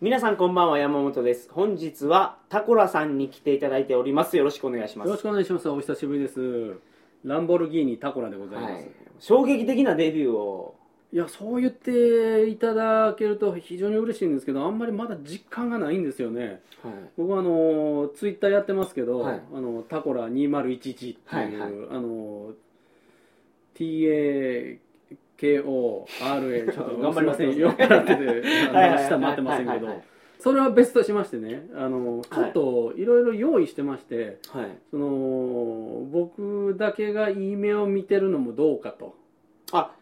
皆さんこんばんは山本です本日はタコラさんに来ていただいておりますよろしくお願いしますよろしくお願いします。お久しぶりです。ランボルギーニタコラでございます。はいい、、衝撃的なデビューをや、そう言っていただけると非常に嬉しいんですけど、あんまりまだ実感がないんですよね。僕はあのツイッターやってますけど、はいあのタコラ2011っていう、はいはいあの TA KORA ちょっ と頑張りますいせんよくなっててあはいはいの下待ってませんはいはいけどはいそれは別としましてねあのちょっといろいろ用意してまして、はいその僕だけがいい目を見てるのもどうかとあ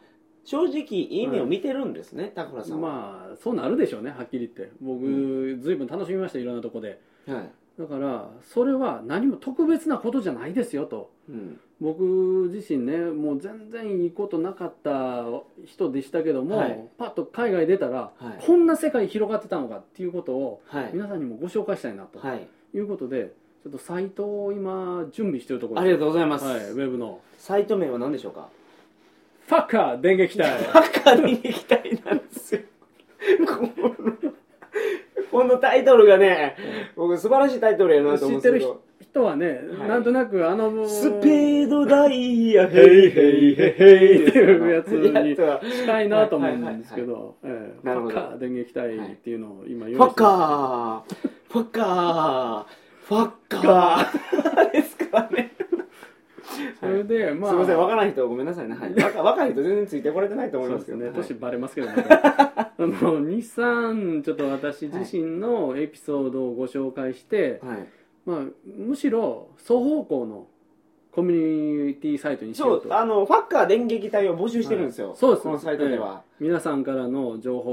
正直いい目を見てるんですね、タコラさんは、まあそうなるでしょうねはっきり言って僕、ずいぶん楽しみましたいろんなとこではいだからそれは何も特別なことじゃないですよとうん僕自身ねもう全然いいことなかった人でしたけども、はいパッと海外出たら、はいこんな世界広がってたのかっていうことをはい皆さんにもご紹介したいなとはいいうことで、ちょっとサイトを今準備してるところありがとうございます、はい、ウェブのサイト名は何でしょうか「ファッカー電撃隊」バカに行きたいなんですよこのこのタイトルがね、僕素晴らしいタイトルやなと思うんですけど人はね、はいなんとなくあのスペードダイヤ、ヘイヘイヘイヘイっていうやつにやつ近いなと思うんですけど、ええなるほどファッカー電撃隊っていうのを今用ファ意ッしてまカー、ファッカー、ファッカーですからね。すそれで、まあ、すみません、わかからない人はごめんなさいね。はい、若若い人全然ついてこれてないと思いそうまですけどすね、はい年バレますけど、 ね、あの日産ちょっと私自身のエピソードをご紹介して、はい、まあ、むしろ双方向のコミュニティサイトにしそよううとあのファッカー電撃隊を募集してるんですよ、はいそうですこのサイトでは、皆さんからの情報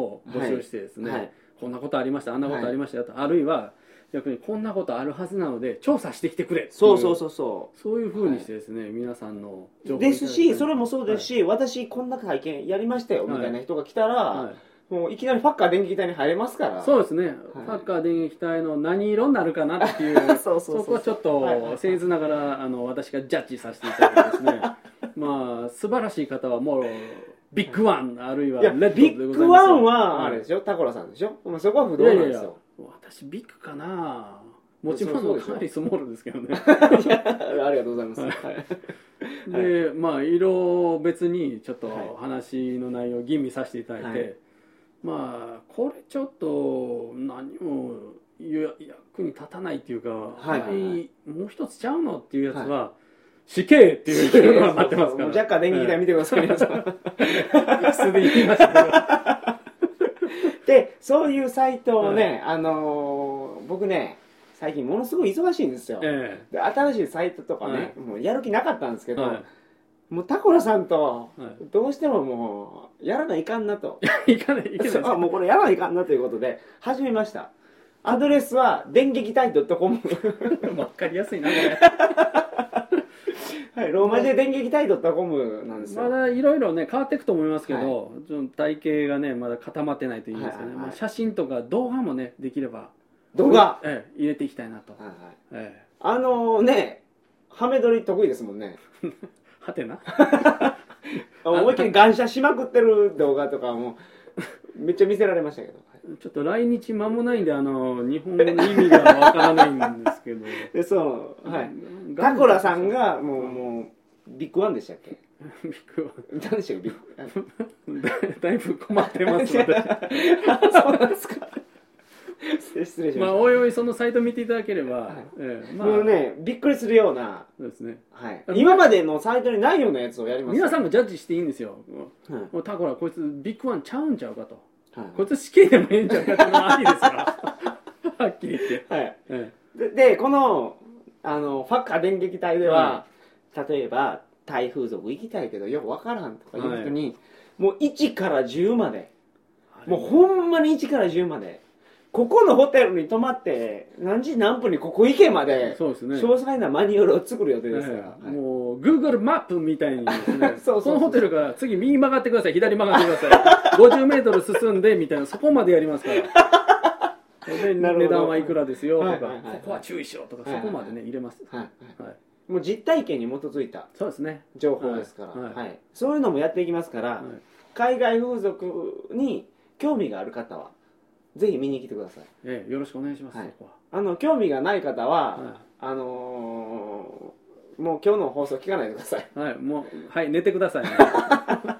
を募集してですね、はい、こんなことありましたあんなことありましたよと、あるいは逆にこんなことあるはずなので調査してきてくれっていそうそううそうそそういうふうにしてですね、皆さんのうをですいしたそだれもそうですし、私こんな体験やりましたよみたいな人が来たら、いてはいもういきなりファッカー電撃隊に入れますからそうですね、サッカー電撃隊の何色になるかなっていう そうそうそうこはちょっはいはいはいと僭越ながらあの私がジャッジさせていただいてですねまあ素晴らしい方はもうビッグワンあるいはいやレッドでビッござグいますワンはあいれでしょタコラさんでしょまあそこは不い動やいなやんいですやよ私ビッグかな持ちそうそう物でしょかなりスモールですけどねありがとうございます、ははいでまあ色別にちょっはいと話の内容を吟味させていただいて、はいまあこれちょっと何もゆ役に立たないっていうか、いはいはいあまりもう一つちゃうのっていうやつは、死刑っていうのが待ってますからもうジャッカー電撃隊見てください、皆さんはい素で言いましたけどでそういうサイトをね、あのー僕ね最近ものすごい忙しいんですよ、 えで新しいサイトとかね、もうやる気なかったんですけえど、 はもうタコラさんといはどうしてももうやらないかんなとい、いかないいけないです あもうこれやらないかんなということで始めましたアドレスは電撃隊 .com わかりやすいなこれはい、ローマ字で電撃隊 .com なんですよ、まだいろいろね変わっていくと思いますけど、ちょっと体型がねまだ固まってないといいますかはいね、はいはいまあ、写真とか動画もねできれば動画、ええ、入れていきたいなと、はいはい、えあのねハメ撮り得意ですもんねえ、はてな 思いっきり感謝しまくってる動画とかも めっちゃ見せられましたけどちょっと来日間もないんであの日本語の意味がわからないんですけどでそう はいガタンコラさんがもうもうビッグワンでしたっけびっく何でしたっけビッグワンりだ だいぶ困ってます私 そうなんですか失礼しました、まあおいおいそのサイト見ていただければ、はいええ、まあもうねびっくりするような、そうですねはい、今までのサイトにないようなやつをやります皆さんもジャッジしていいんですよもん、はいはうタコラこいつビッグワンちゃうんちゃうかといこいつ死刑でもええんちゃうかっていうのはありですから はっきり言って、はい、えででこのあのファッカー電撃隊では、例えば台風族行きたいけどよくわからんとかいう人に、もう1から10までえ、もうほんまに1から10までここのホテルに泊まって何時何分にここ行けまで、そうですね詳細なマニュアルを作る予定ですから、ええもう Google マップみたいにですね そうそうそうこのホテルから次右曲がってください左曲がってくだ さい 50m 進んでみたいなそこまでやりますからでなるほど値段はいくらですよとか、はいはいはいはいここは注意しろとか、はいはいはいそこまでね入れます、はいはいはい、もう実体験に基づいたそうですね、情報ですから、はいはいはいそういうのもやっていきますから、はい海外風俗に興味がある方はぜひ見に来てくださいええよろしくお願いします、はいそこはあの興味がない方は、はあのーもう今日の放送聞かないでください はい、もう、はい、寝てくださいね、は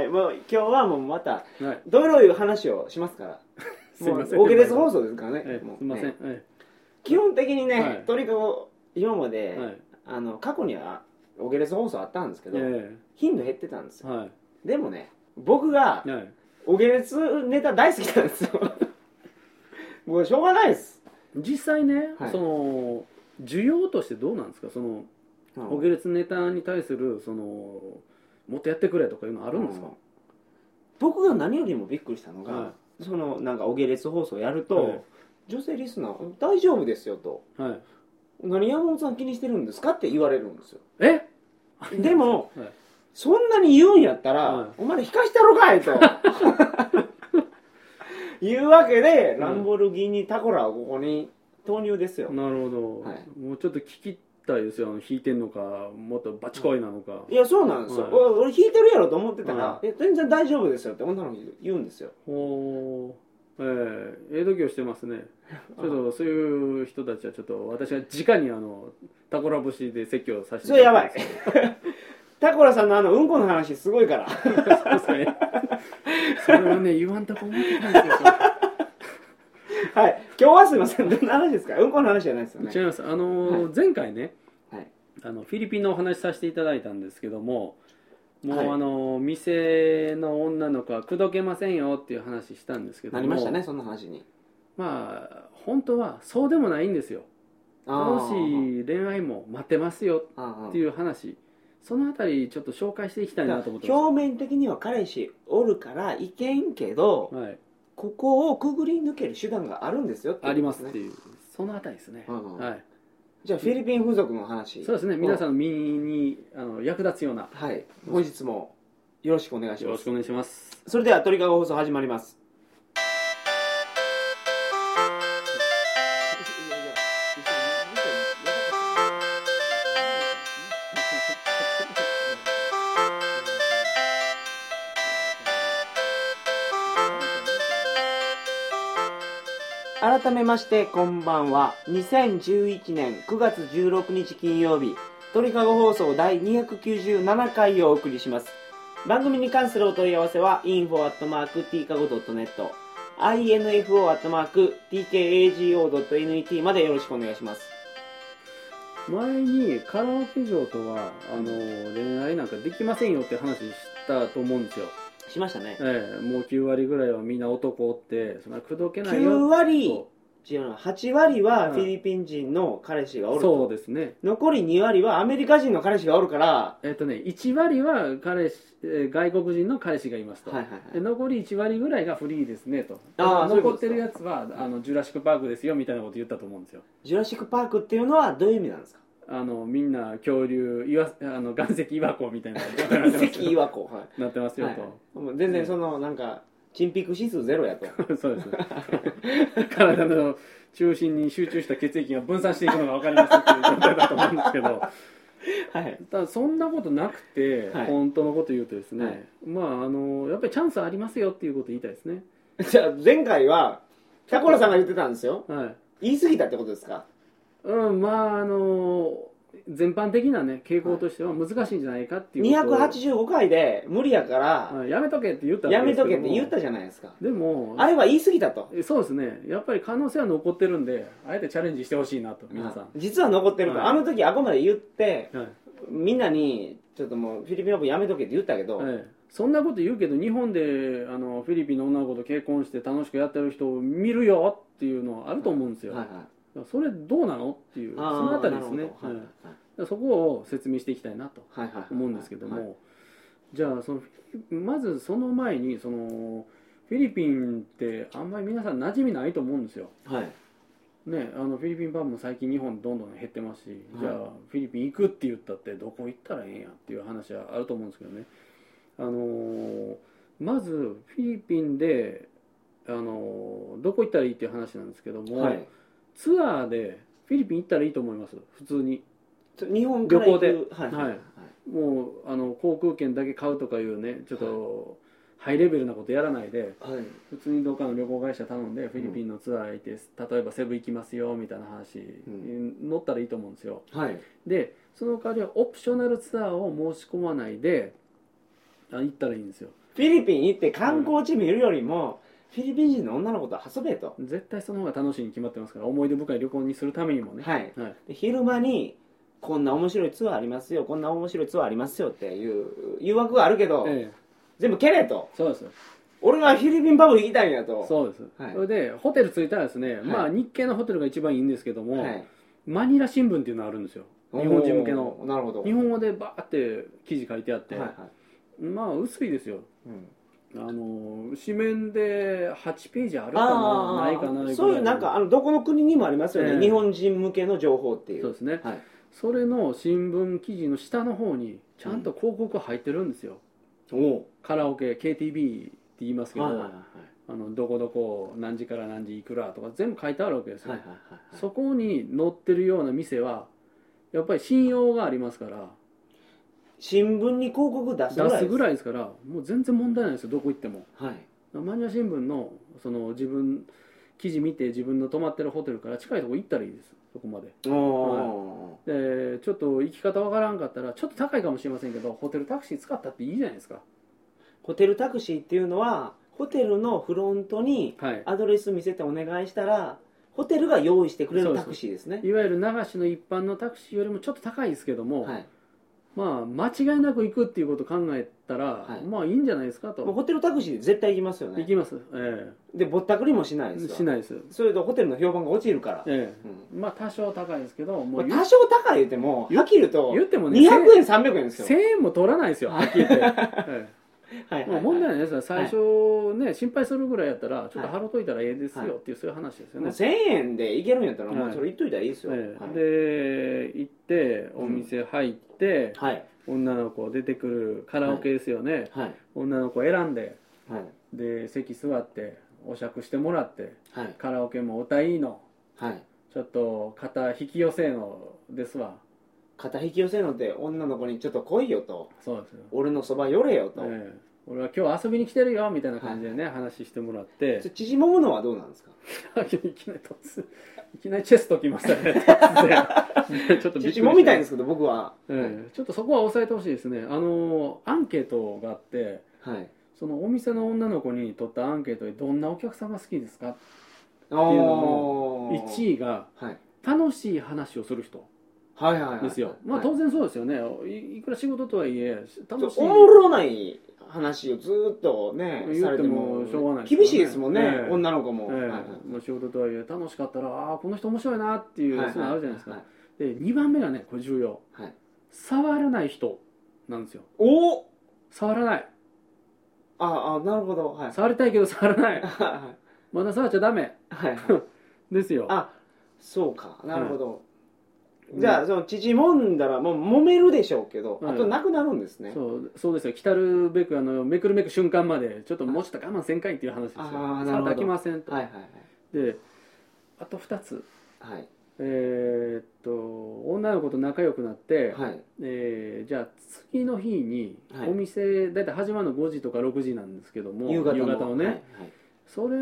いもう今日はもうまたはい、どういう話をしますからすいません。もうオケレス放送ですからね,、ええもうすいません。ねえ基本的にね、はいとにかく今まで、えはい。あの過去にはオケレス放送あったんですけど、え頻度減ってたんですえよはでもね僕がい。はい。オゲレスネタ大好きなんですよ もうしょうがないです、実際ね、はいその需要としてどうなんですか。そのうオゲレツネタに対するそのもっとやってくれとかいうのあるんですかう。僕が何よりもびっくりしたのが、はそのなんかオゲレス放送やると、はい女性リスナー「大丈夫ですよ」とはい。 「何山本さん気にしてるんですか?」って言われるん ですよえ？でもはい。そんなに言うんやったら「はいお前ら引かしたろかい!」と いうわけで、ランボルギーニタコラをここに投入ですよ、なるほど、はいもうちょっと聞きたいですよ。あの弾いてんのか、もっとバチコイなのか。いやそうなんですよ、はいお俺弾いてるやろと思ってたらは「え全然大丈夫ですよ」って女の子に言うんですよほう。ええええ度胸してま すね。ちょっとそういう人たちはちょっと私は直にあのタコラ節で説教させてそれやばいだきますタコラさんのあのうんこの話すごいからそうですね。それはね、言わんとこ思ってたんですよ。はい、今日はすいません、どんな話ですか、うんこの話じゃないですよね。違います。あのー前回ね、はいあのフィリピンのお話しさせていただいたんですけども、もう、はいあのー店の女の子は口説けませんよっていう話したんですけども、なりましたね、そんな話に。まあ本当はそうでもないんですよ。楽しい恋愛も待ってますよってういう話。そのあたりちょっと紹介していきたいなと思ってま表面的には彼氏おるからいけんけどす。、はい、ここをくぐり抜ける手段があるんですよってありますっねて。いう、そのあたりですね。うんうんはい、じゃあ、フィリピン風俗の話そう、ですね。皆さんの身にあの役立つようなはい、本日もよろしくお願いしよろましすく。お願いします。それでは、鳥かご放送始まります。改めましてこんばんは2011年9月16日金曜日鳥かご放送第297回をお送りします番組に関するお問い合わせは info.tkago.net info.tkago.net までよろしくお願いします前にカラオケ場とはあの恋愛なんかできませんよって話したと思うんですよ。しましたねええ、もう9割ぐらいはみんな男おってそんな口説けない9よ。割そ違うな8割はうんフィリピン人の彼氏がおうるそうとですね。残り2割はアメリカ人の彼氏がおるからえっとね1割は彼氏えー外国人の彼氏がいますと。はいはいはいで残り1割ぐらいがフリーですねとあーそういうこと残ですってかるやつはあのジュラシック・パークですよみたいなこと言ったと思うんですよジュラシック・パークっていうのはどういう意味なんですかあのみんな恐竜岩あの岩石岩子みたいな関岩子 はいなってますよと、はい、もう全然そのなんかチンピク指数ゼロやと そうですね体の中心に集中した血液が分散していくのが分かりますっていう状態だと思うんです けどはいただそんなことなくて、はい本当のこと言うとですね、はいまああのやっぱりチャンスありますよっていうこと言いたいですねじゃあ前回はタコラさんが言ってたんですよはい言い過ぎたってことですかうんまああの全般的なね傾向としては難しいんじゃないかっていうことを285回で無理やからはいやめとけって言ったわやでめすとけけどっても言ったじゃないですかでもあれは言い過ぎたとえそうですねやっぱり可能性は残ってるんであえてチャレンジしてほしいなと皆さん、実は残ってると、はいあの時あくまで言ってはいみんなにちょっともうフィリピンオープンやめとけって言ったけど、ええそんなこと言うけど日本であのフィリピンの女の子と結婚して楽しくやってる人を見るよっていうのはあると思うんですよ、はいはいそれどうなのっていうそーのあたりですね、なるほどはいええそこを説明していきたいなとはいはい思うんですけども、はいじゃあそのまずその前にそのフィリピンってあんまり皆さん馴染みないと思うんですよはいね、あのフィリピンパンも最近日本どんどん減ってますし、はいじゃあフィリピン行くって言ったってどこ行ったらええんやっていう話はあると思うんですけどね、あのーまずフィリピンで、あのーどこ行ったらいいっていう話なんですけども、はいツアーでフィリピン行ったらいいと思います普通にちょ日本から行く旅行はいはいもうあの航空券だけ買うとかいうねちょっとハイレベルなことやらないではい普通にどっかの旅行会社頼んでフィリピンのツアー行って、例えばセブ行きますよみたいな話に乗ったらいいと思うんですよはいでその代わりはオプショナルツアーを申し込まないであ行ったらいいんですよフィリピン行って観光地見るよりも、フィリピン人の女の子と遊べと絶対その方が楽しいに決まってますから思い出深い旅行にするためにもねはいはい、で昼間にこんな面白いツアーありますよこんな面白いツアーありますよっていう誘惑があるけど、ええ全部蹴れとそうですよ俺はフィリピンパブ行きたいんやとそうです、はいそれでホテル着いたらですね、いまあ日系のホテルが一番いいんですけども、はい、マニラ新聞っていうのがあるんですよ日本人向けのおーなるほど日本語でバーって記事書いてあって、はいはいまあ薄いですようんあの紙面で8ページあるかあなあないかなぐらそういうなんかあのどこの国にもありますよね、ええ日本人向けの情報っていうそうですねはい、それの新聞記事の下の方にちゃんと広告入ってるんですよ、おおカラオケ KTB って言いますけど、はいはいはいあのどこどこ何時から何時いくらとか全部書いてあるわけですよ、はいはいはいはいそこに載ってるような店はやっぱり信用がありますから新聞に広告出すぐらい出すぐいらいですからもう全然問題ないですよどこ行ってもはいマニュア新聞のその自分記事見て自分の泊まってるホテルから近いとこ行ったらいいですそこまでおお、でちょっと行き方わからんかったらちょっと高いかもしれませんけどホテルタクシー使ったっていいじゃないですかホテルタクシーっていうのはホテルのフロントにはいアドレス見せてお願いしたらホテルが用意してくれるタクシーですねいわゆる流しの一般のタクシーよりもちょっと高いですけども、はい、まあ間違いなく行くっていうことを考えたら、はいまあいいんじゃないですかと、もうホテルタクシーで絶対行きますよ行ねきます、えでぼったくりもしないえですよしないです、それとホテルの評判が落ちるから、ええうんまあ多少高いですけどもまあう言多少高い言ってもはっきり言うと言ってもね200円300円ですよ1000円も取らないですよはっきり言って、え はいはえいもはうい問題ないですよ最初ね心配するぐらいやったらちょっと払っといたらええですよっていうそういう話ですよもうね、 1000円でいけるんやったら、もはういそれ言っといたらいいですよ、えはいえで行ってお店入って、はい女の子出てくるカラオケですよね、はい女の子選んではいで席座ってお酌してもらってはいカラオケも歌いいのはいちょっと肩引き寄せのですわ肩引き寄せるのって女の子にちょっと来いよとそうですよ、俺のそば寄れよと、ええ俺は今日遊びに来てるよみたいな感じでね、話してもらってそれ縮むのはどうなんですかいきなり突 いきなりチェストきましたね突然 ちょっとびっくりし縮むみたいで、ですすけど僕はええちょっとそこは抑えてほしいですねあのアンケートがあってはいそのお店の女の子に取ったアンケートでどんなお客さんが好きですかおー1位がはい楽しい話をする人はいはいはいですよ、まあ、はい当然そうですよね、い、いくら仕事とはいえ楽しいおもろない話をずーっとね言ってもされてもしょうがないですから厳ねしいですもんね、ええ女の子も、ええはいまあ、仕事とはいえ楽しかったらああこの人面白いなっていう、そういうのあるじゃないですか、はいで2番目がねこれ重要はい触らない人なんですよおー触らないああなるほどはい触りたいけど 触らないはまだ触っちゃダメいはいですよあそうかなるほど、じゃあその縮もんだらもう揉めるでしょうけど、はいあとなくなるんですねそうそうですよ来たるべくあのめくるめく瞬間までちょっともうちょっと我慢せんかいっていう話ですよあーなるほど触ってあきませんと、はいはいであと2つはいえーっと女の子と仲良くなって、はいはいえーじゃあ次の日にはいお店大体始まるの5時とか6時なんですけども夕方のをね、はいそれ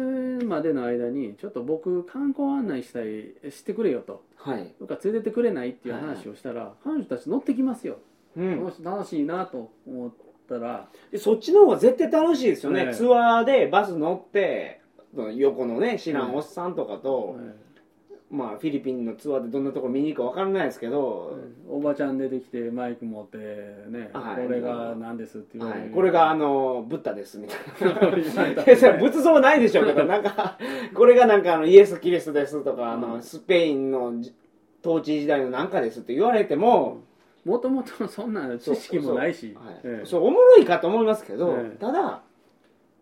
までの間にちょっと僕観光案内したいしてくれよとはい、はいとか連れてってくれないっていう話をしたら、彼女たち乗ってきますよ、うこのん、人楽しいなと思ったらでそっちの方が絶対楽しいですよね、ええツアーでバス乗ってその横のね知らんおっさんとかと、えまあフィリピンのツアーでどんなとこ見に行くか分からないですけど、ーおばちゃん出てきてマイク持ってね、はいこれが何ですって言わはれる、い、これがあのブッダですみたいな はいいやそれ仏像ないでしょう けどなんかこれがなんかあのイエス・キリストですとかあうのんスペインの統治時代のなんかですって言われてももともとそんな知識もないしそう,はい、ええそうおもろいかと思いますけど、ええただ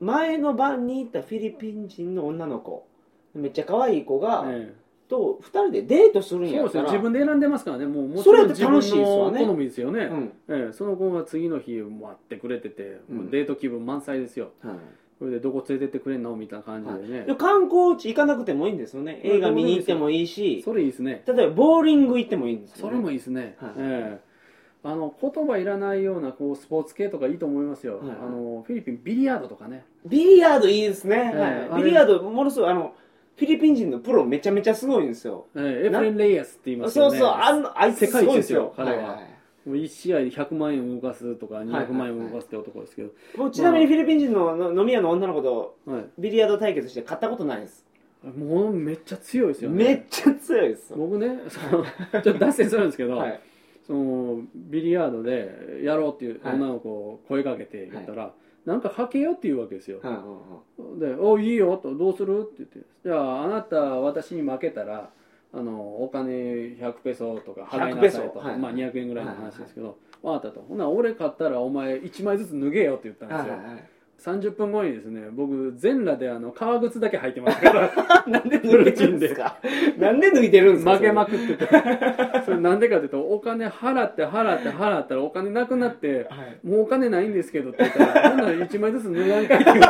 前の晩に行ったフィリピン人の女の子めっちゃ可愛い子が、ええと2人でデートするんそうやっですたよら自分で選んでますからねもうもそれやった自ら分楽しいですのわね好みですよね、うんええその子が次の日待ってくれてて、うんもうデート気分満載ですよはいそれでどこ連れてってくれんのみたいな感じでね、で観光地行かなくてもいいんですよね映画見に行ってもいいしそれいいですね例えばボーリング行ってもいいんですよ、ね、それもいいですね、はいええあの言葉いらないようなこうスポーツ系とかいいと思いますよ、はいはいあのフィリピンビリヤードとかねビリヤードいいですね、ええはい、ビリヤードものすごいあのフィリピン人のプロめちゃめちゃすごいんですよえーエフレン・レイアスって言いますそようねそうあのあいつすごいんですよ世界一ですよ彼ははいはいもう1試合で100万円動かすとかいはい200万円動かすって男ですけど、もうちなみにフィリピン人のの飲み屋の女の子とはいビリヤード対決して勝ったことないですもうめっちゃ強いですよねめっちゃ強いですよ僕ねそのちょっと脱線するんですけど、はいそのビリヤードでやろうっていう女の子を声かけて言ったら、なんかはけよって言うわけですよ、うんうんうんで「おいいよ」と「どうする?」って言って「じゃああなた私に負けたらあのお金100ペソとか払いなさい」100ペと、ソはいまあ、200円ぐらいの話ですけど「分、かった」と「ほな俺買ったらお前1枚ずつ脱げよ」って言ったんですよ、30分後にですね僕全裸であの革靴だけ履いてますからなんで脱いてるんですかなんで脱いてるんですか負けまくくっててそれなんでかっていうとお金払って払って払ったらお金なくなってはいもうお金ないんですけどって言ったら、ほんなら1枚ずつ値 段書いてくれて。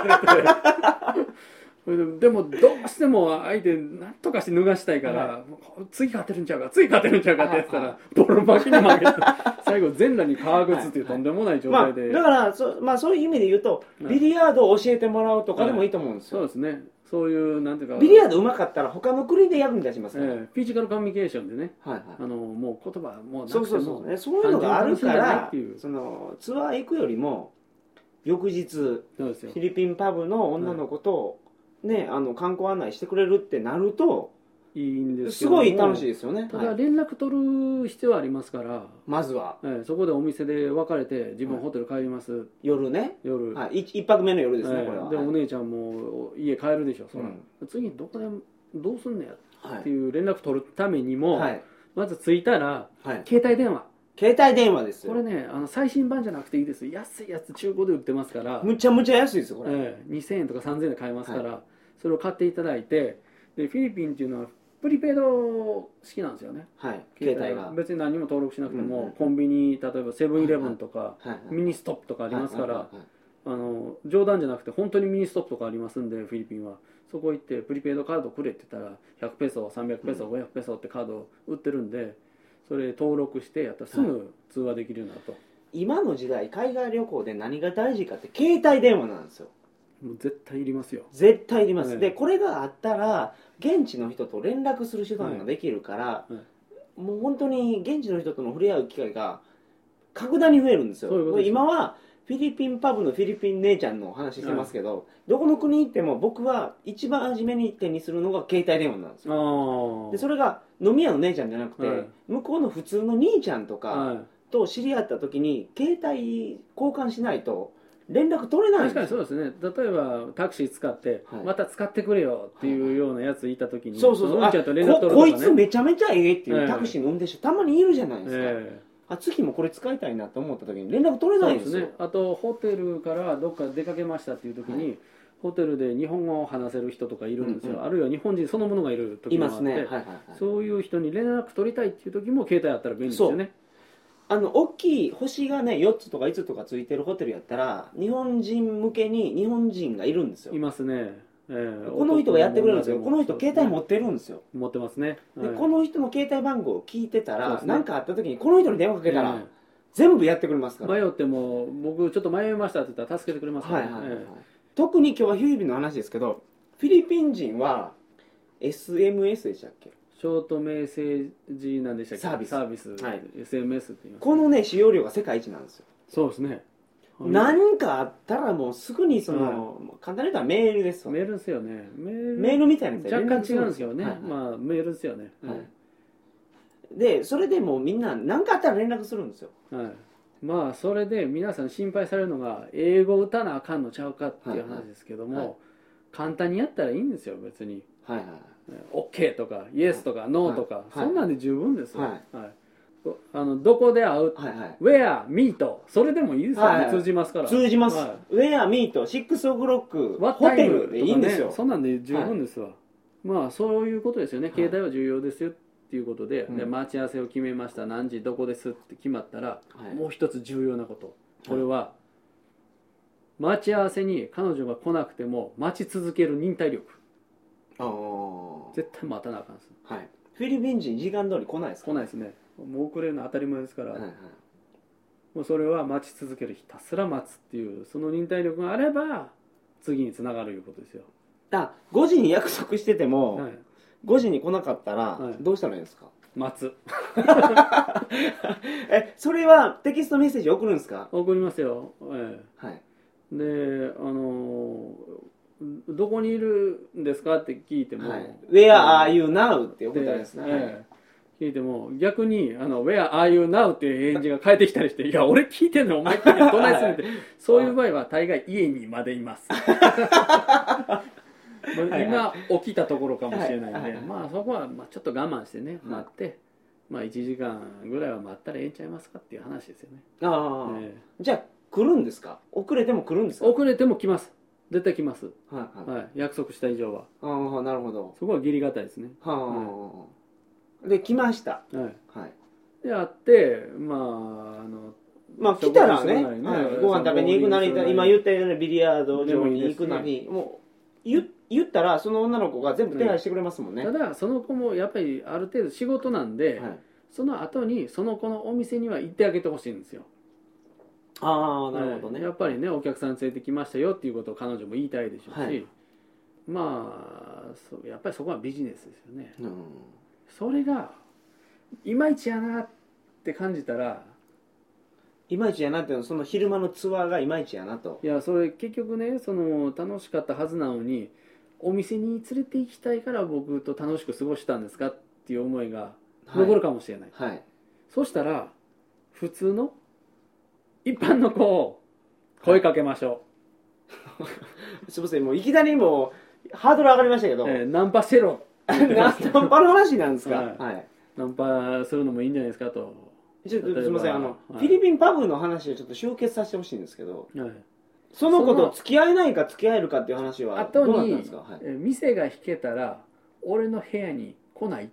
それででもどうしても相手なんとかして脱がしたいから、は次勝てるんちゃうか次勝てるんちゃうかって言ってたはいらボロ負けに負けて最後全裸に革靴っていうとんでもない状まあ、態で、だからそ,、まあ、そういう意味で言うと、うんビリヤードを教えてもらうとかでもいいと思うんですよ、そうですねそういうなんていうかビリヤード上手かったら他の国で役に立ちますえから、えフィジカルコミュニケーションでねはいあはいのもう言葉もうなそくてもうそうそう、ね、そういうのがあるか単純に楽しんでないらっていうそのツアー行くよりも翌日フそうですよィリピンパブの女の子と、ね、あの観光案内してくれるってなるといいんですけすどもごい楽しいですよね、ただはい連絡取る必要はありますから、まずはええそこでお店で別れて自分ホテル帰ります、夜ね、夜、はい、一一泊目の夜ですね、ええこれはではおい姉ちゃんも家帰るでしょそら、うん次どこでどうすんねやはっていいう連絡取るためにも、はいまず着いたらはい、携帯電話携帯電話ですこよれねあの最新版じゃなくていいです安いやつ中古で売ってますから、むちゃむちゃ安いですよこれ、ええ2000円とか3000円で買えますから、それを買っていただいてでフィリピンっていうのはプリペイド式なんですよねはい、携帯が。別に何も登録しなくても、うんうんコンビニ例えばセブンイレブンとか、はいミニストップとかありますから、はいはいはいあの冗談じゃなくて本当にミニストップとかありますんでフィリピンはそこ行ってプリペイドカードくれって言ったら100ペソ300ペソ500ペソってカード売ってるんでそれ登録してやったらすぐ通話できるようになると、今の時代海外旅行で何が大事かって携帯電話なんですよもう絶対いりますよ絶対いります、はいでこれがあったら現地の人と連絡する手段ができるから、いはもう本当に現地の人との触れ合う機会が格段に増えるんですよそういうことです今はフィリピンパブのフィリピン姉ちゃんのお話してますけど、どこの国行っても僕は一番初めに手にするのが携帯電話なんですよああでそれが飲み屋の姉ちゃんじゃなくて、はい向こうの普通の兄ちゃんとか、はい、と知り合った時に携帯交換しないと連絡取れないん確でかにすそうよですね例えばタクシー使って、はいまた使ってくれよっていうようなやついた時に、そうそうそうのんあちゃんと連絡こ取こるいとつかねめちゃめちゃええっていえうえタクシーの運転手たまにいるじゃないですか、ええあ次もこれ使いたいなと思った時に連絡取れそなういんでですすよねあとホテルからどっか出かけましたっていう時に、はホテルで日本語を話せる人とかいるんですよ、うんうんあるいは日本人そのものがいる時いもあまってすねはいはいはいそういう人に連絡取りたいっていう時も携帯あったら便利ですよねあの大きい星がね4つとか5つとかついてるホテルやったら日本人向けに日本人がいるんですよいますね、えーこの人がやってくれるんですよこの人携帯持持ってるんですよ持ってますねではいこの人の携帯番号を聞いてたそうらですね何、かあった時にこの人に電話かけたらえ全部やってくれますからー迷っても僕ちょっと迷いましたって言ったら助けてくれますかはいら、はいねはいはいえ特に今日はフィリピンの話ですけどフィリピン人は SMS でしたっけーショートメッセージなんでしたっけサービスサービス、はい SMS って言いますこのね使用量が世界一なんですよそうですね何かあったらもうすぐにその、簡単に言ったらメールですわメールですよねメールメールみたいなやつで若干違うんですよよね、はいはいまあメールですよね、はいでそれでもうみんな何かあったら連絡するんですよはいまあそれで皆さん心配されるのが英語打たなあかんのちゃうかっていう話ですけども、はいはい簡単にやったらいいんですよ別にはいはいね OK とか Yes とか No とか、はいそんなんで十分ですよ、ははいこあのどこで会うはいはい Where meet それでもいいですよね、はいはい通じますから通じます、はウェアミート6オクロッいクホテルでいいんですとよ、かねそんなんで十分ですわ、まあそういうことですよねい携帯は重要ですよっていうことで,、うんで待ち合わせを決めました何時どこですって決まったらはいもう一つ重要なことこれは待ち合わせに彼女が来なくても待ち続ける忍耐力あー絶対待たなあかんですはいフィリピン人時間通り来ないですか来ないですねもう遅れるの当たり前ですから、はいはいもうそれは待ち続けるひたすら待つっていうその忍耐力があれば次につながるいうことですよ、あ5時に約束してても、はい、 5時に来なかったらはいどうしたらいいんですか、待つえそれはテキストメッセージ送るんですか送りますよ、えはいえ、であのーどこにいるんですかって聞いても、はい「Where are you now?」って送でったらいいですね、ええ聞いても逆に「あの Where are you now?」っていう返事が返ってきた りして「いや俺聞いてんのお前聞いてんのどないするんってそういう場合は大概家にまで いますもう今起きたところかもしれないんで、はいはいまあそこはまあちょっと我慢してねはい待って、まあ1時間ぐらいは待ったらええんちゃいますかっていう話ですよね、ああ、えじゃあ来るんですか遅れても来るんですえかはい遅れても来ます絶対来ます、はい、はい、約束した以上はああなるほどそこは義理堅いですね、はあ、で来ましたはい、はいであってまああのまあ来たらねそこにするなりねはい、ご飯食べに行くなりその今言ったようなビリヤード場にでもいいで行すねくなりもう言言ったらその女の子が全部手配してくれますもんね、ただその子もやっぱりある程度仕事なんで、はい、その後にその子のお店には行ってあげてほしいんですよああなるほどはね、いやっぱりねお客さん連れてきましたよっていうことを彼女も言いたいでしょうし、はいまあそうやっぱりそこはビジネスですよねうんそれがいまいちやなって感じたらいまいちやなっていうのはその昼間のツアーがいまいちやなといやそれ結局ねその楽しかったはずなのにお店に連れて行きたいから僕と楽しく過ごしたんですかっていう思いが残るかもしれないはい、はいそしたら普通の一般の子を声かけましょすいませんもういきなりもうハードル上がりましたけう、ど、えーナンパしてろ何ナンパの話なんですか、はいはいナンパするのもいいんじゃないですかと、ちょっと例えばすみませんあの、はフいィリピンパブの話をちょっと集結させてほしいんですけどはいその子そとの付き合えないか付き合えるかっていう話はど後うなったんにですか、はいえー店が引けたら俺の部屋に来ないって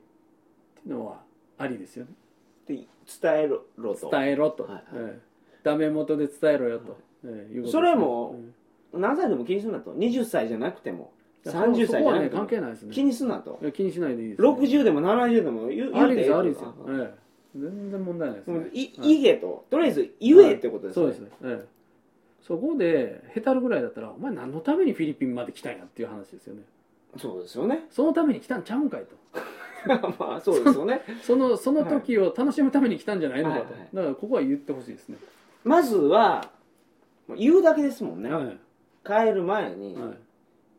いうのはありですよねって伝えろと伝えろと、はいはいえーダメ元で伝えろよと、えーいうことですねそれもうん何歳でも気にするなと20歳じゃなくてもいや30歳そこじゃはなねくても関係ないです気ねにするなといや気にしないでいいです、ね、 60でも70でも言うあ言りうでてすよあえりえですとよ、ええ全然問題ないです、もねういはい言えととりあえず言えってことですねそうですね、ええ、そこでへたるぐらいだったらお前何のためにフィリピンまで来たんやっていう話ですよねそうですよね そのために来たんちゃうんかいとまあそうですよねそのその時を楽しむために来たんじゃないのかと、はいはいだからここは言ってほしいですねまずはもう言うだけですもんねはい、帰る前にはい、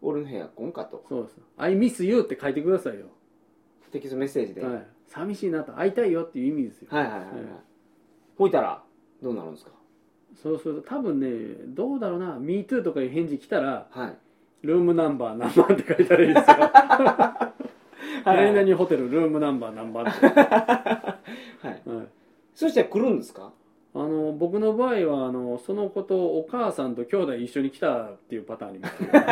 俺の部屋来んかとそうです「I miss you」って書いてくださいよ、テキストメッセージではいはい、寂しいなと会いたいよっていう意味ですよ、はいはいはいうんほいたらどうなるんですかそうすると多分ねどうだろうな「MeToo」とかいう返事来たらはいルームナンバー何番って書いたらいいですよはい何々ホテルルームナンバー何番って、ははいいそして来るんですかあの僕の場合はあのその子とお母さんと兄弟一緒に来たっていうパターンありますけどね、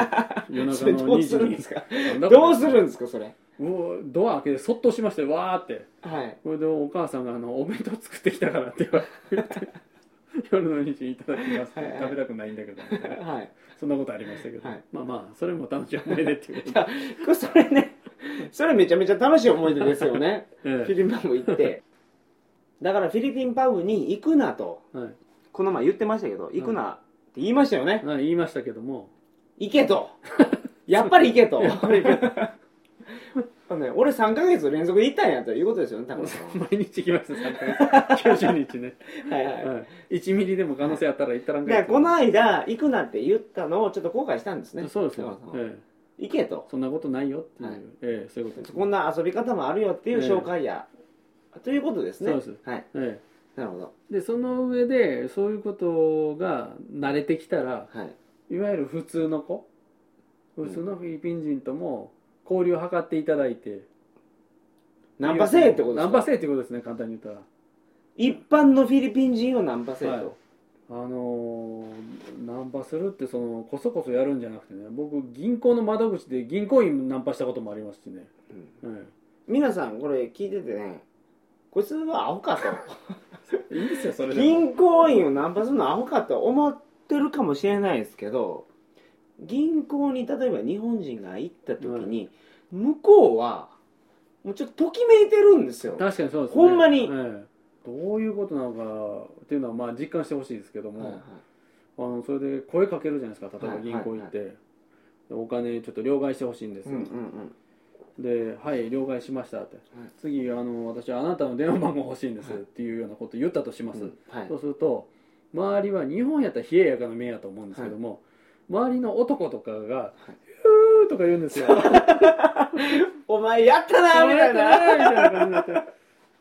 夜そ中れどの う2す時るんでにすかだからどうするんですかそれもうドア開けてそっと押しましてわーってはい それでお母さんがあの「お弁当作ってきたから」って言われて「夜の2時にいただきます」はいはい食べたくないんだけど」みたいなはいそんなことありましたけど、はいまあまあそれも楽しい思い出っていう こといやこれそれねそれめちゃめちゃ楽しい思い出ですよねフィで、リえピンパブ行ってだからフィリピンパブに行くなとえはいこの前言ってましたけど行くなって言いましたよねまあ、言いましたけども 行け とやっぱり行けとやっぱり あのね俺3ヶ月連続で行ったんやということですよ ね多分毎日来ました3ヶ月90日ね、はいはい、はい、1ミリでも可能性あったら行ったらんだからいとこの間行くなって言ったのをちょっと後悔したんですねそうですよ山、田さんはええ行けとそんなことないよっていう、はいええそういうことです、こんな遊び方もあるよっていう紹介や、ということですねそうですはいえなるほどえでその上でそういうことが慣れてきたらはいいわゆる普通の子普通のフィリピン人とも交流を図っていただいてナンパせえってことですナかンパせえってことですね簡単に言ったら一般のフィリピン人をナンパせえと、はいあのーナンパするってそのこそこそやるんじゃなくてね僕銀行の窓口で銀行員ナンパしたこともありますしね、うんえ皆さんこれ聞いててねこいつはアホかとえいいですよそれでも銀行員をナンパするのアホかと思ってるかもしれないですけど銀行に例えば日本人が行った時に、向こうはもうちょっとときめいてるんですよ確かにそうですねほんまにええどういうことなのかっていうのはまあ実感してほしいですけども、はいはいあのそれで声かけるじゃないですか例えば銀行行って、でお金ちょっと両替してほしいんですうんうよ、んうんで「はい両替しました」って、次あの私はあなたの電話番号欲しいんです」はいっていうようなことを言ったとします、うんはいそうすると周りは日本やったら冷えやかな目やと思うんですけども、周りの男とかがい「ヒュー」とか言うん ですよ「お前やったなみたいなみたいな感じに なって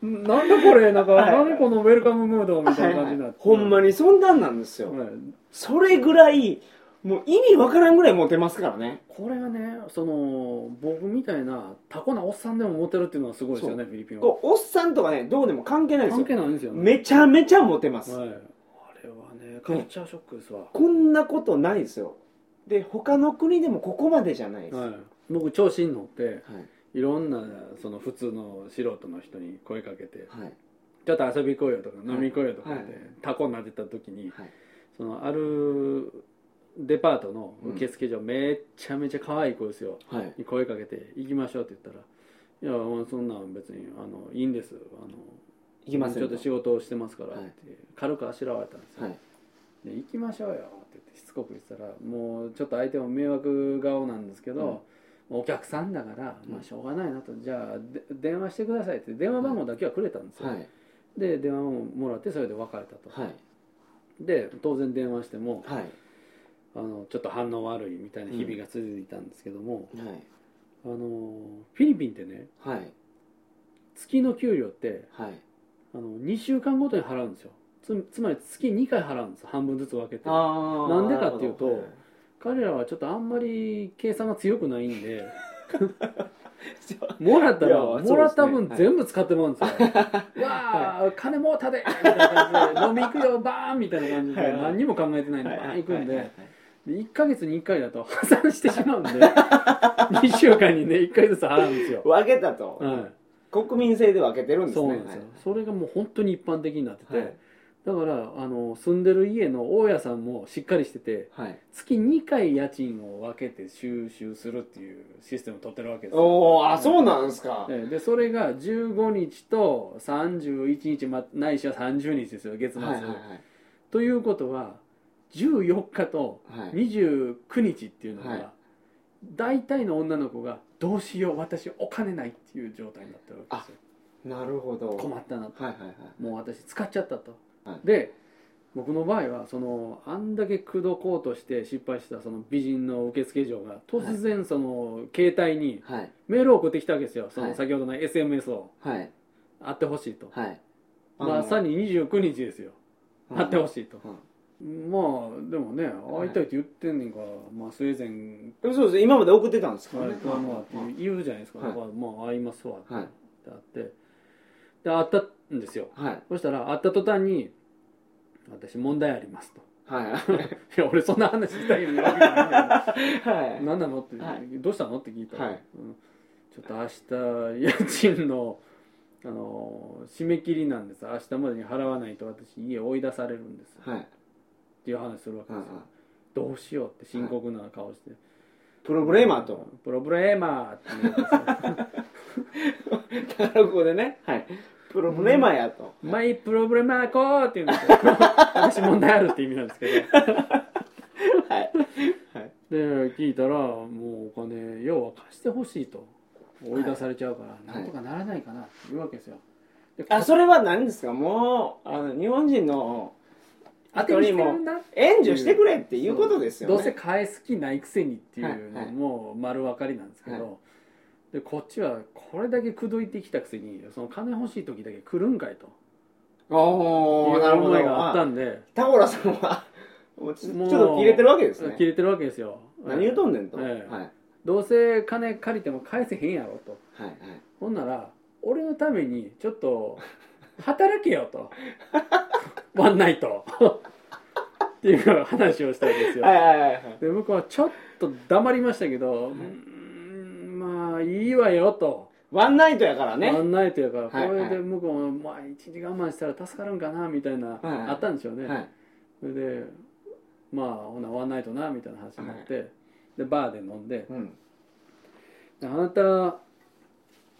んなんだこれなんか、はいなんでこのウェルカムムードみたいな感じになって、ほんまにそんなんなんですよ、はいそれぐらいもう意味わからんぐらいモテますからねこれがねその僕みたいなタコなおっさんでもモテるっていうのはすごいですよねフィリピンはこうおっさんとかねどうでも関係ないです関よ係ないんですよねめちゃめちゃモテます、はい、あれはねカルチャーショックですわ、こんなことないですよで他の国でもここまでじゃないです、はい、僕調子に乗ってはいいろんなその普通の素人の人に声かけてはい「ちょっと遊び行こうよ」とか「い飲み行こうよ」とかっはてタコなでた時にはいそのあるデパートの受付所めっちゃめちゃ可愛い子ですよはいに声かけて「行きましょう」って言ったら「いやもうそんなん別にあのいいんです」あのいきませんちょっと仕事をしてますから」っはいて軽くあしらわれたんですよはいで行きましょうよって言ってしつこく言ってたらもうちょっと相手も迷惑顔なんですけど、お客さんだから、うんまあ、しょうがないなとじゃあで電話してくださいって電話番号だけはくれたんですよ、はいで電話をもらってそれで別れたと、はいで当然電話してもはいあのちょっと反応悪いみたいな日々が続いたんですけども、はいあのフィリピンってねはい月の給料ってはいあの2週間ごとに払うんですよつつまり月2回払うんです半分ずつ分けてあなんでかっていうと彼らはちょっとあんまり計算が強くないんでもらったいやら、そうですねもらった分はい全部使ってもらうんですよ。わあ、金もうたでみたいな感じで、飲み行くよ、バーンみたいな感じで、はいはい何にも考えてないんで、バーン行くんはいで、で1ヶ月に1回だと破産してしま うんで、2週間にね、1回ずつ払うんですよ。分けたと、は国民性で分けてるんい、ですそうねなんですよ。それがもう本当に一般的になってて、はいだからあの、住んでる家の大家さんもしっかりしてて、はい、はい、月2回家賃を分けて収集するっていうシステムを取ってるわけですよ。おおあそうなんですか、ええでそれが15日と31日、ま、ないしは30日ですよ月末、はいはいはいということは14日とはい29日っていうのが、はい大体の女の子がどうしよう私お金ないっていう状態になってるわけですなるほどよ困ったなとはいはいはいもう私使っちゃったと、はいで僕の場合はそのあんだけ口説こうとして失敗したその美人の受付嬢が突然その携帯にはいメールを送ってきたわけですよそはのい先ほどの SMS を。はい会ってほしいと、はいまさに29日ですよ、会ってほしいしいと、まあでもね会いたいって言ってんねんから、まあ、スウェーデンそうです今まで送ってたんですかかららね来たのはって言うじゃないですか、はいだからまあ会いますわってはい会ってで会ったんですよはいそしたら会った途端に「私問題あります」と はいはい「いや俺そんな話したいよ」みたいな 「は何なの?」って、はいどうしたの?」って聞いたら、はいうんちょっと明日家賃のあの締め切りなんです明日までに払わないと私家追い出されるんですいはいっていう話するわけうんでうすんよ、どうしようって深刻な顔して、プロブレーマーとプロブレーマーって言うんですよだからここでねはいプロブレーマーやとマイプロブレマーコーって言うんですよ 私問題あるって意味なんですけどではい聞いたらもうお金要は貸してほしいと追い出されちゃうから、なんとかならないかなっていうわけですよであそれは何ですかもうあの日本人の当てにしてるな援助してくれっていうことですよねどうせ返す気ないくせにっていうはいのはいも丸分かりなんですけど、はでこっちはこれだけ口説いてきたくせにその金欲しい時だけ来るんかいというおーなるほ思どいがあったんでタコラさんはもうちょもうちょっと切れてるわけですね切れてるわけですよ何言うとんねんと、ええはいどうせ金借りても返せへんやろとはいはいほんなら俺のためにちょっと働けよ とワンナイトっていう話をしたんですよ、はいはいはいはいで僕はちょっと黙りましたけど、うーんまあいいわよと、ワンナイトやからねワンナイトやから、はいこれで向こうも、まあ一日我慢したら助かるんかなみたいな、はいあったんでしょうね、はいそれでまあほなワンナイトなみたいな話になって、でバーで飲んでうん「あなた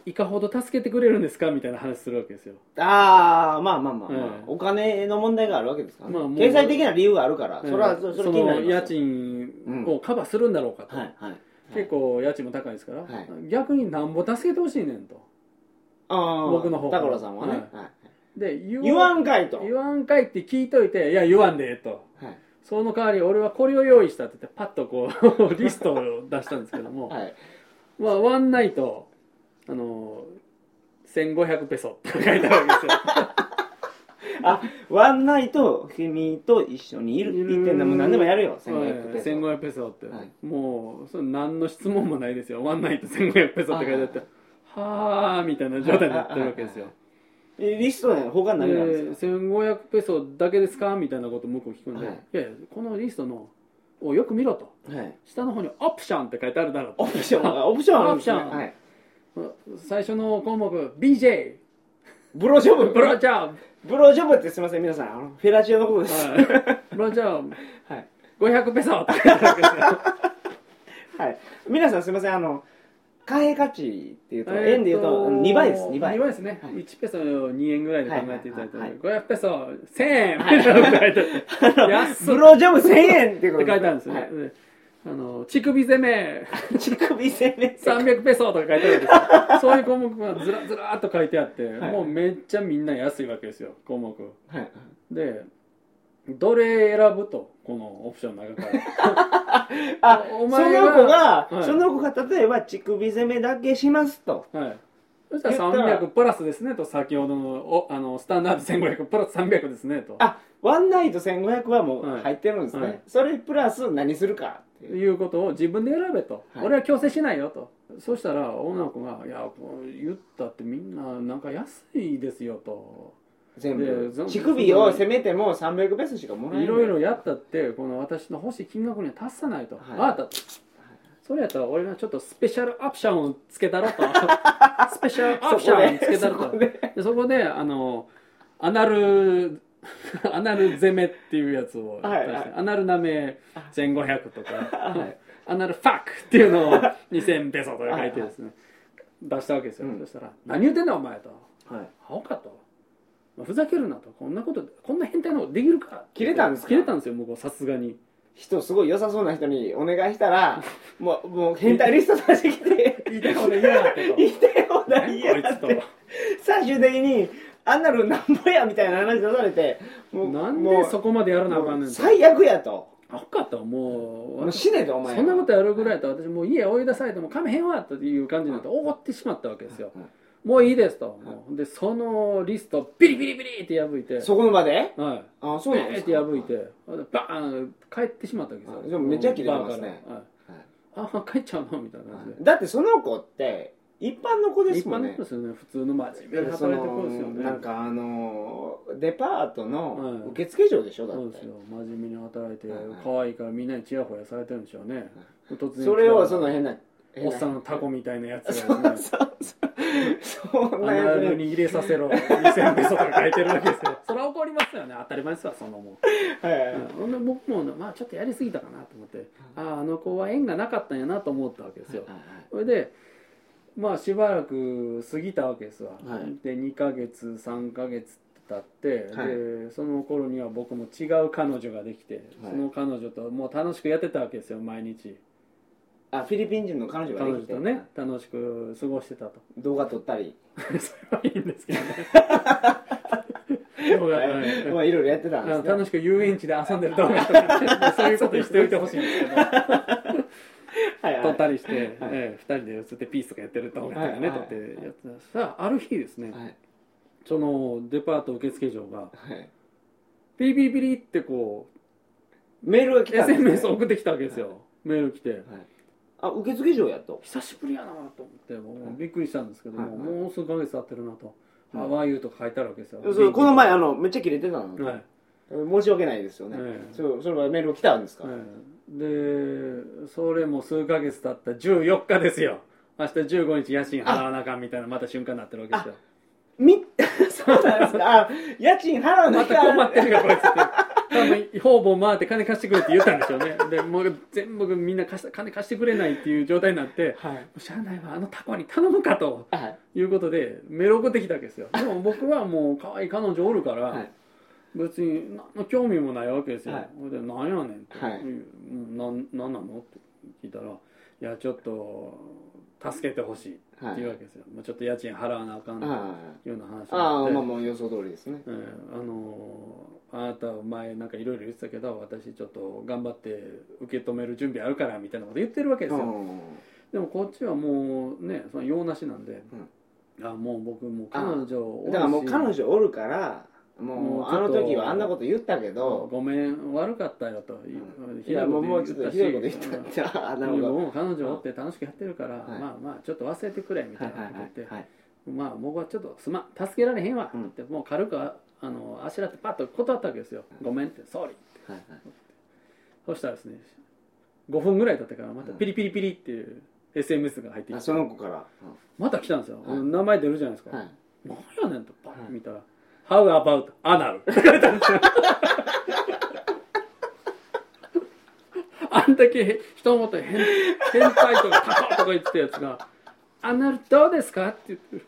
いかほど助けてくれるんですかみたいな話するわけですよああまあまあまあ、まあええお金の問題があるわけですから、ねまあもう経済的な理由があるから、ええそれはそそれそ気になのりま家すよ賃をカバーするんだろうかと、はいはい結構家賃も高いですから、はい逆になんぼ助けてほしいねんとああ僕の方から田倉さんはね、ははいで言言わんんかいと、言わんかいって聞いといていや言わんでええとはいその代わり俺はこれを用意したって言ってパッとこう リストを出したんですけども、はい、まあ、ワンナイトあの1500ペソって書いてあるわけですよワンナイト君と一緒にいるいる一点でも何でもやるよ1500ペソ、 1500ペソって、はいもうそれ何の質問もないですよワンナイト1500ペソって書いてあってはあみたいな状態になってるわけですよえリストね他に何があるんですか、で1500ペソだけですかみたいなこと向こう聞くんで、はいい、やいやこのリストのをよく見ろとはい、下の方にオプションって書いてあるだろオプションがオプションあるんです、ね、オプションはい、う最初の項目 BJ ブロジョブブロジャブブロジョブってすみません皆さんあのフェラチオのことです、 はいブロジャブはい500ペソって書いてあるわけですよはい、皆さんすみませんあの貨幣価値っていうと、えー円でいうと2倍です2倍二倍ですね、はい1ペソ2円ぐらいで考えていただいて、はいはい500ペソ1000円みたいなの書いてある安っブロジョブ1000円っていうっことて書いてあるんですよ、はいであの乳首攻め乳首1000円300ペソとか書いてあるんですよそういう項目がずらずらっと書いてあって、はいもうめっちゃみんな安いわけですよ項目はいでどれ選ぶとこのオプションの中からあおおそ前がの子が、はいその子が例えば乳首攻めだけしますと はい。そしたら300プラスですねと先ほどのおあのスタンダード1500プラス300ですねとあワンナイト1500はもはうい入ってるんですね、はいそれプラス何するかっていういうことを自分で選べと、はい俺は強制しないよとそしたら女の子が「いやこう言ったってみんななんか安いですよ」と全で全部部乳首を攻めても300ペースしかもらえないいろいろやったってこの私の欲しい金額には達さないと、はいあったそれやったら俺がちょっとスペシャルオプションをつけた ろとスペシャルオプションをつけたろとそこででそこであのアナル アナル攻めっていうやつをやったりしてはいアナルなめ1500とか、 はいアナルファックっていうのを2000ペソとか書いてですね出したわけですよ、うんそしたら「何言ってんだお前」とはい「アホか」と。ふざけるなとこんなことこんな変態のことできるか切れたんですか切れたんですよ向こうさすがに人すごい良さそうな人にお願いした らもうもう変態リスト出してきて言いたいこと言いやがって と言いたい放題言いこやいがつっ とて最終的にあんなのなんぼやみたいな話出されてもなんでそここまでやらなあかんねんと最悪やとアホかともうもう死ねとお前そんなことやるぐらいだと私もう家追い出されてもかめへんわという感じになって怒ってしまったわけですよ、うんもういいですと、もうでそのリストをビリビリビリって破いてそこの場ではいあそうビなんリでっすかて破いてバーン帰ってしまったわけですよあでもめっちゃ切れてますねバーはいからはいあ帰っちゃうのみたいな感じで、だってその子って一般の子で一すも般んのね人ですよね普通の真面目にそ働いてこうですよのねなんかあのデパートのうん受付嬢でしょだそっうでてすよ真面目に働いてはいはい可愛いからみんなにチヤホヤされてるんでしょうね突然それをその変な変おなっさんのタコみたいなや つそうがですねそうそうそんアなナやつルにに入れさせろ2000ペソとか書いてるわけですよ それは怒りますよね当たり前ですわそんなもん、はいほんで僕も、まあ、ちょっとやりすぎたかなと思ってあああの子は縁がなかったんやなと思ったわけですよそれでまあしばらく過ぎたわけですわ、はいで2ヶ月3ヶ月経って、はいでその頃には僕も違う彼女ができて、はいその彼女ともう楽しくやってたわけですよ毎日あフィリピン人の彼女が彼で女きてとね楽しく過ごしてたと動画撮ったりそれはいいんですけどね。動画はいまあいろいろやってたあんですのね楽しく遊園地で遊んでる動画とか、そういうことにしておいてほしいんですけど、はいはい撮ったりして、ええ二人で映ってピースとかやってる動画とかね、はい撮ってやってたさあ、ある日ですね、はいそのデパート受付嬢が、はいピリピリピリってこメールが来う、たんですね SMS 送ってきたわけですよ、メール来て。はいあ受付嬢やと久しぶりやなと思って、もはういびっくりしたんですけども、はいもう数ヶ月経ってるなと、うんハワイユーとか書いてあるわけですよ。そうこの前あのめっちゃ切れてたのはい申し訳ないですよねええそうそれはメール来たんですかでそれも数ヶ月経った14日ですよ明日15日家賃払わなあかんみたいなまた瞬間になってるわけですよ みそうなんですかあ家賃払うまのた困ってるよこいつって多分方々回って金貸してくれって言ったんでしょうねでもう全部みんな貸した金貸してくれないっていう状態になってはいしゃあないわあのタコに頼むかとはいいうことでメール送ってきたわけですよでも僕はもう可愛い彼女おるから、はい別に何の興味もないわけですよ、はいほいで「なんやねん」って「はいうんなんなんなの?」って聞いたら「いやちょっと助けてほしい」はっていいうわけですよ、もうちょっと家賃払わなあかんとあいうような話あああにまあなってまあ予想通りですねうんあのあなた前なんかいろいろ言ってたけど私ちょっと頑張って受け止める準備あるからみたいなこと言ってるわけですうよ、んでもこっちはもうねその用なしなんで、あもう僕もう彼女をだからもう彼女おるからももううあのちょっと時はあんなこと言ったけどごめん悪かったよと、うんいひどやいもことうもうちょっとひどいこと言ったうんってああなるほでもどもう彼女おって楽しくやってるから、はいまあまあちょっと忘れてくれみたはいいなはいことは言って、いはいまあ僕はちょっとすまん助けられへんわ、うんってもう軽くああのあしらってパッと断ったわけですよ、ごめんって総理はいはいそしたらですね5分ぐらい経ってからまたピリピリピリっていう SMS が入ってきあて、その子からまた来たんですよ、はい名前出るじゃないですうんか、はい何やねんとパッはいと見たら「How about アナル」って書いてあるんですよ あんだけ人のこと変変態とかカコとか言ってたやつが「アナルどうですか?」って言ってる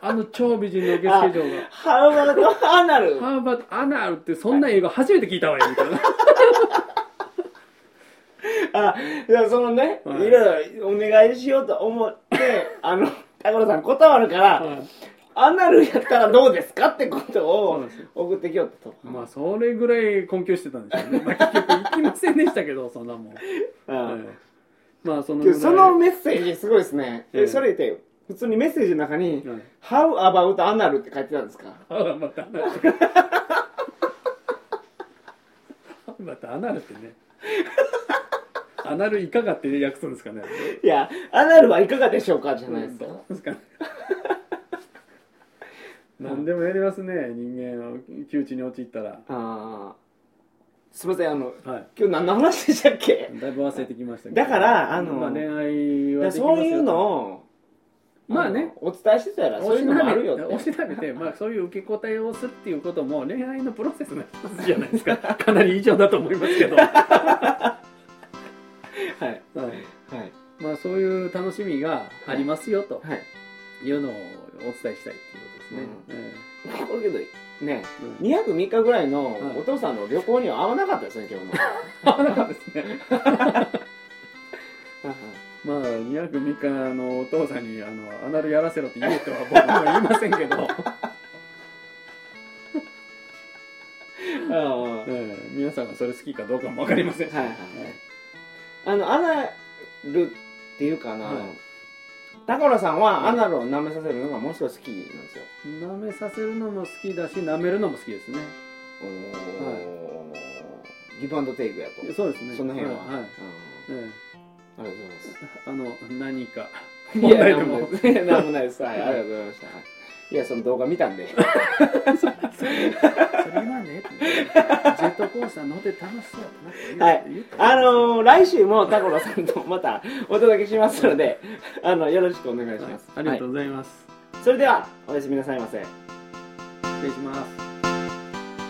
あの超美人の受付嬢がハーバードアナ「ル How about アナル」ってそんな映画初めて聞いたわよみたいなあいやそのねいはいろいろお願いしようと思ってあの高野さん断るからはいアナルやったらどうですかってことそうをなんですよ送ってきよったとまあそれぐらい困窮してたんでしょうね、まあ、結局行きませんでしたけどそんなもうん、んええまあそのけぐどらいそのメッセージすごいですね、ええそれで普通にメッセージの中にはい「How about anal」って書いてたんですかあまたアナルまたアナルってねアナルいかがって訳すんですかねいや「アナルはいかがでしょうか?」じゃないですか、どうですかね何でもやりますね人間を窮地に陥ったらああすいませんあのはい今日何の話でしたっけだいぶ忘れてきましたけどだからあのまあ、恋愛いはやできますよそういうのをまあねのお伝えしてたらそういうのもあるよっておしなべて、まあ、そういう受け答えをするっていうことも恋愛のプロセスの一つじゃないですかかなり以上だと思いますけ ど、ははいいはいまあ、そういう楽しみがありますよとはいいうのをお伝えしたいっていうことですね。これけどねうんうん2泊3日ぐらいのはいお父さんの旅行には合わなかったですね今 日の合わなかったですね。はいまあ2泊3日のお父さんにあのアナルやらせろって言えとは僕も言いませんけ ど、はいええ皆さんがそれ好きかどうかもわかりません。はいはいあの、アナルっていうかな、はいタコラさんはアナルを舐めさせるのがものすごい好きなんですよ。舐めさせるのも好きだし舐めるのも好きですね。おーギブアンドテイクやと。そうですね。その辺は。はい。はいうんえありがとうございます。えあの何かい問や、題なでんもなもいです。 なんもないです。はい、ありがとうございました。はいいや、その動画見たんで。それはねジェットコースター乗って楽しそうだなって言う言うとあのー来週もタコラさんとまたお届けしますので、あの、よろしくお願いしはいます。ありがとはうございます、いそれでは、おやすみなさいませ。失礼します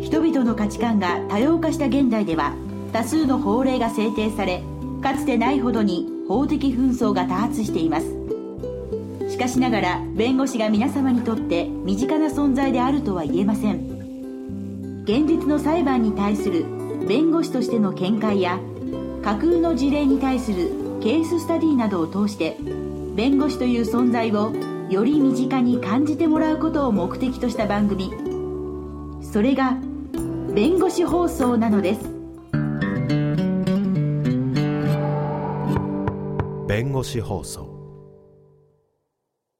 人々の価値観が多様化した現代では多数の法令が制定されかつてないほどに法的紛争が多発していますしかしながら弁護士が皆様にとって身近な存在であるとは言えません現実の裁判に対する弁護士としての見解や架空の事例に対するケーススタディなどを通して弁護士という存在をより身近に感じてもらうことを目的とした番組それが弁護士放送なのです弁護士放送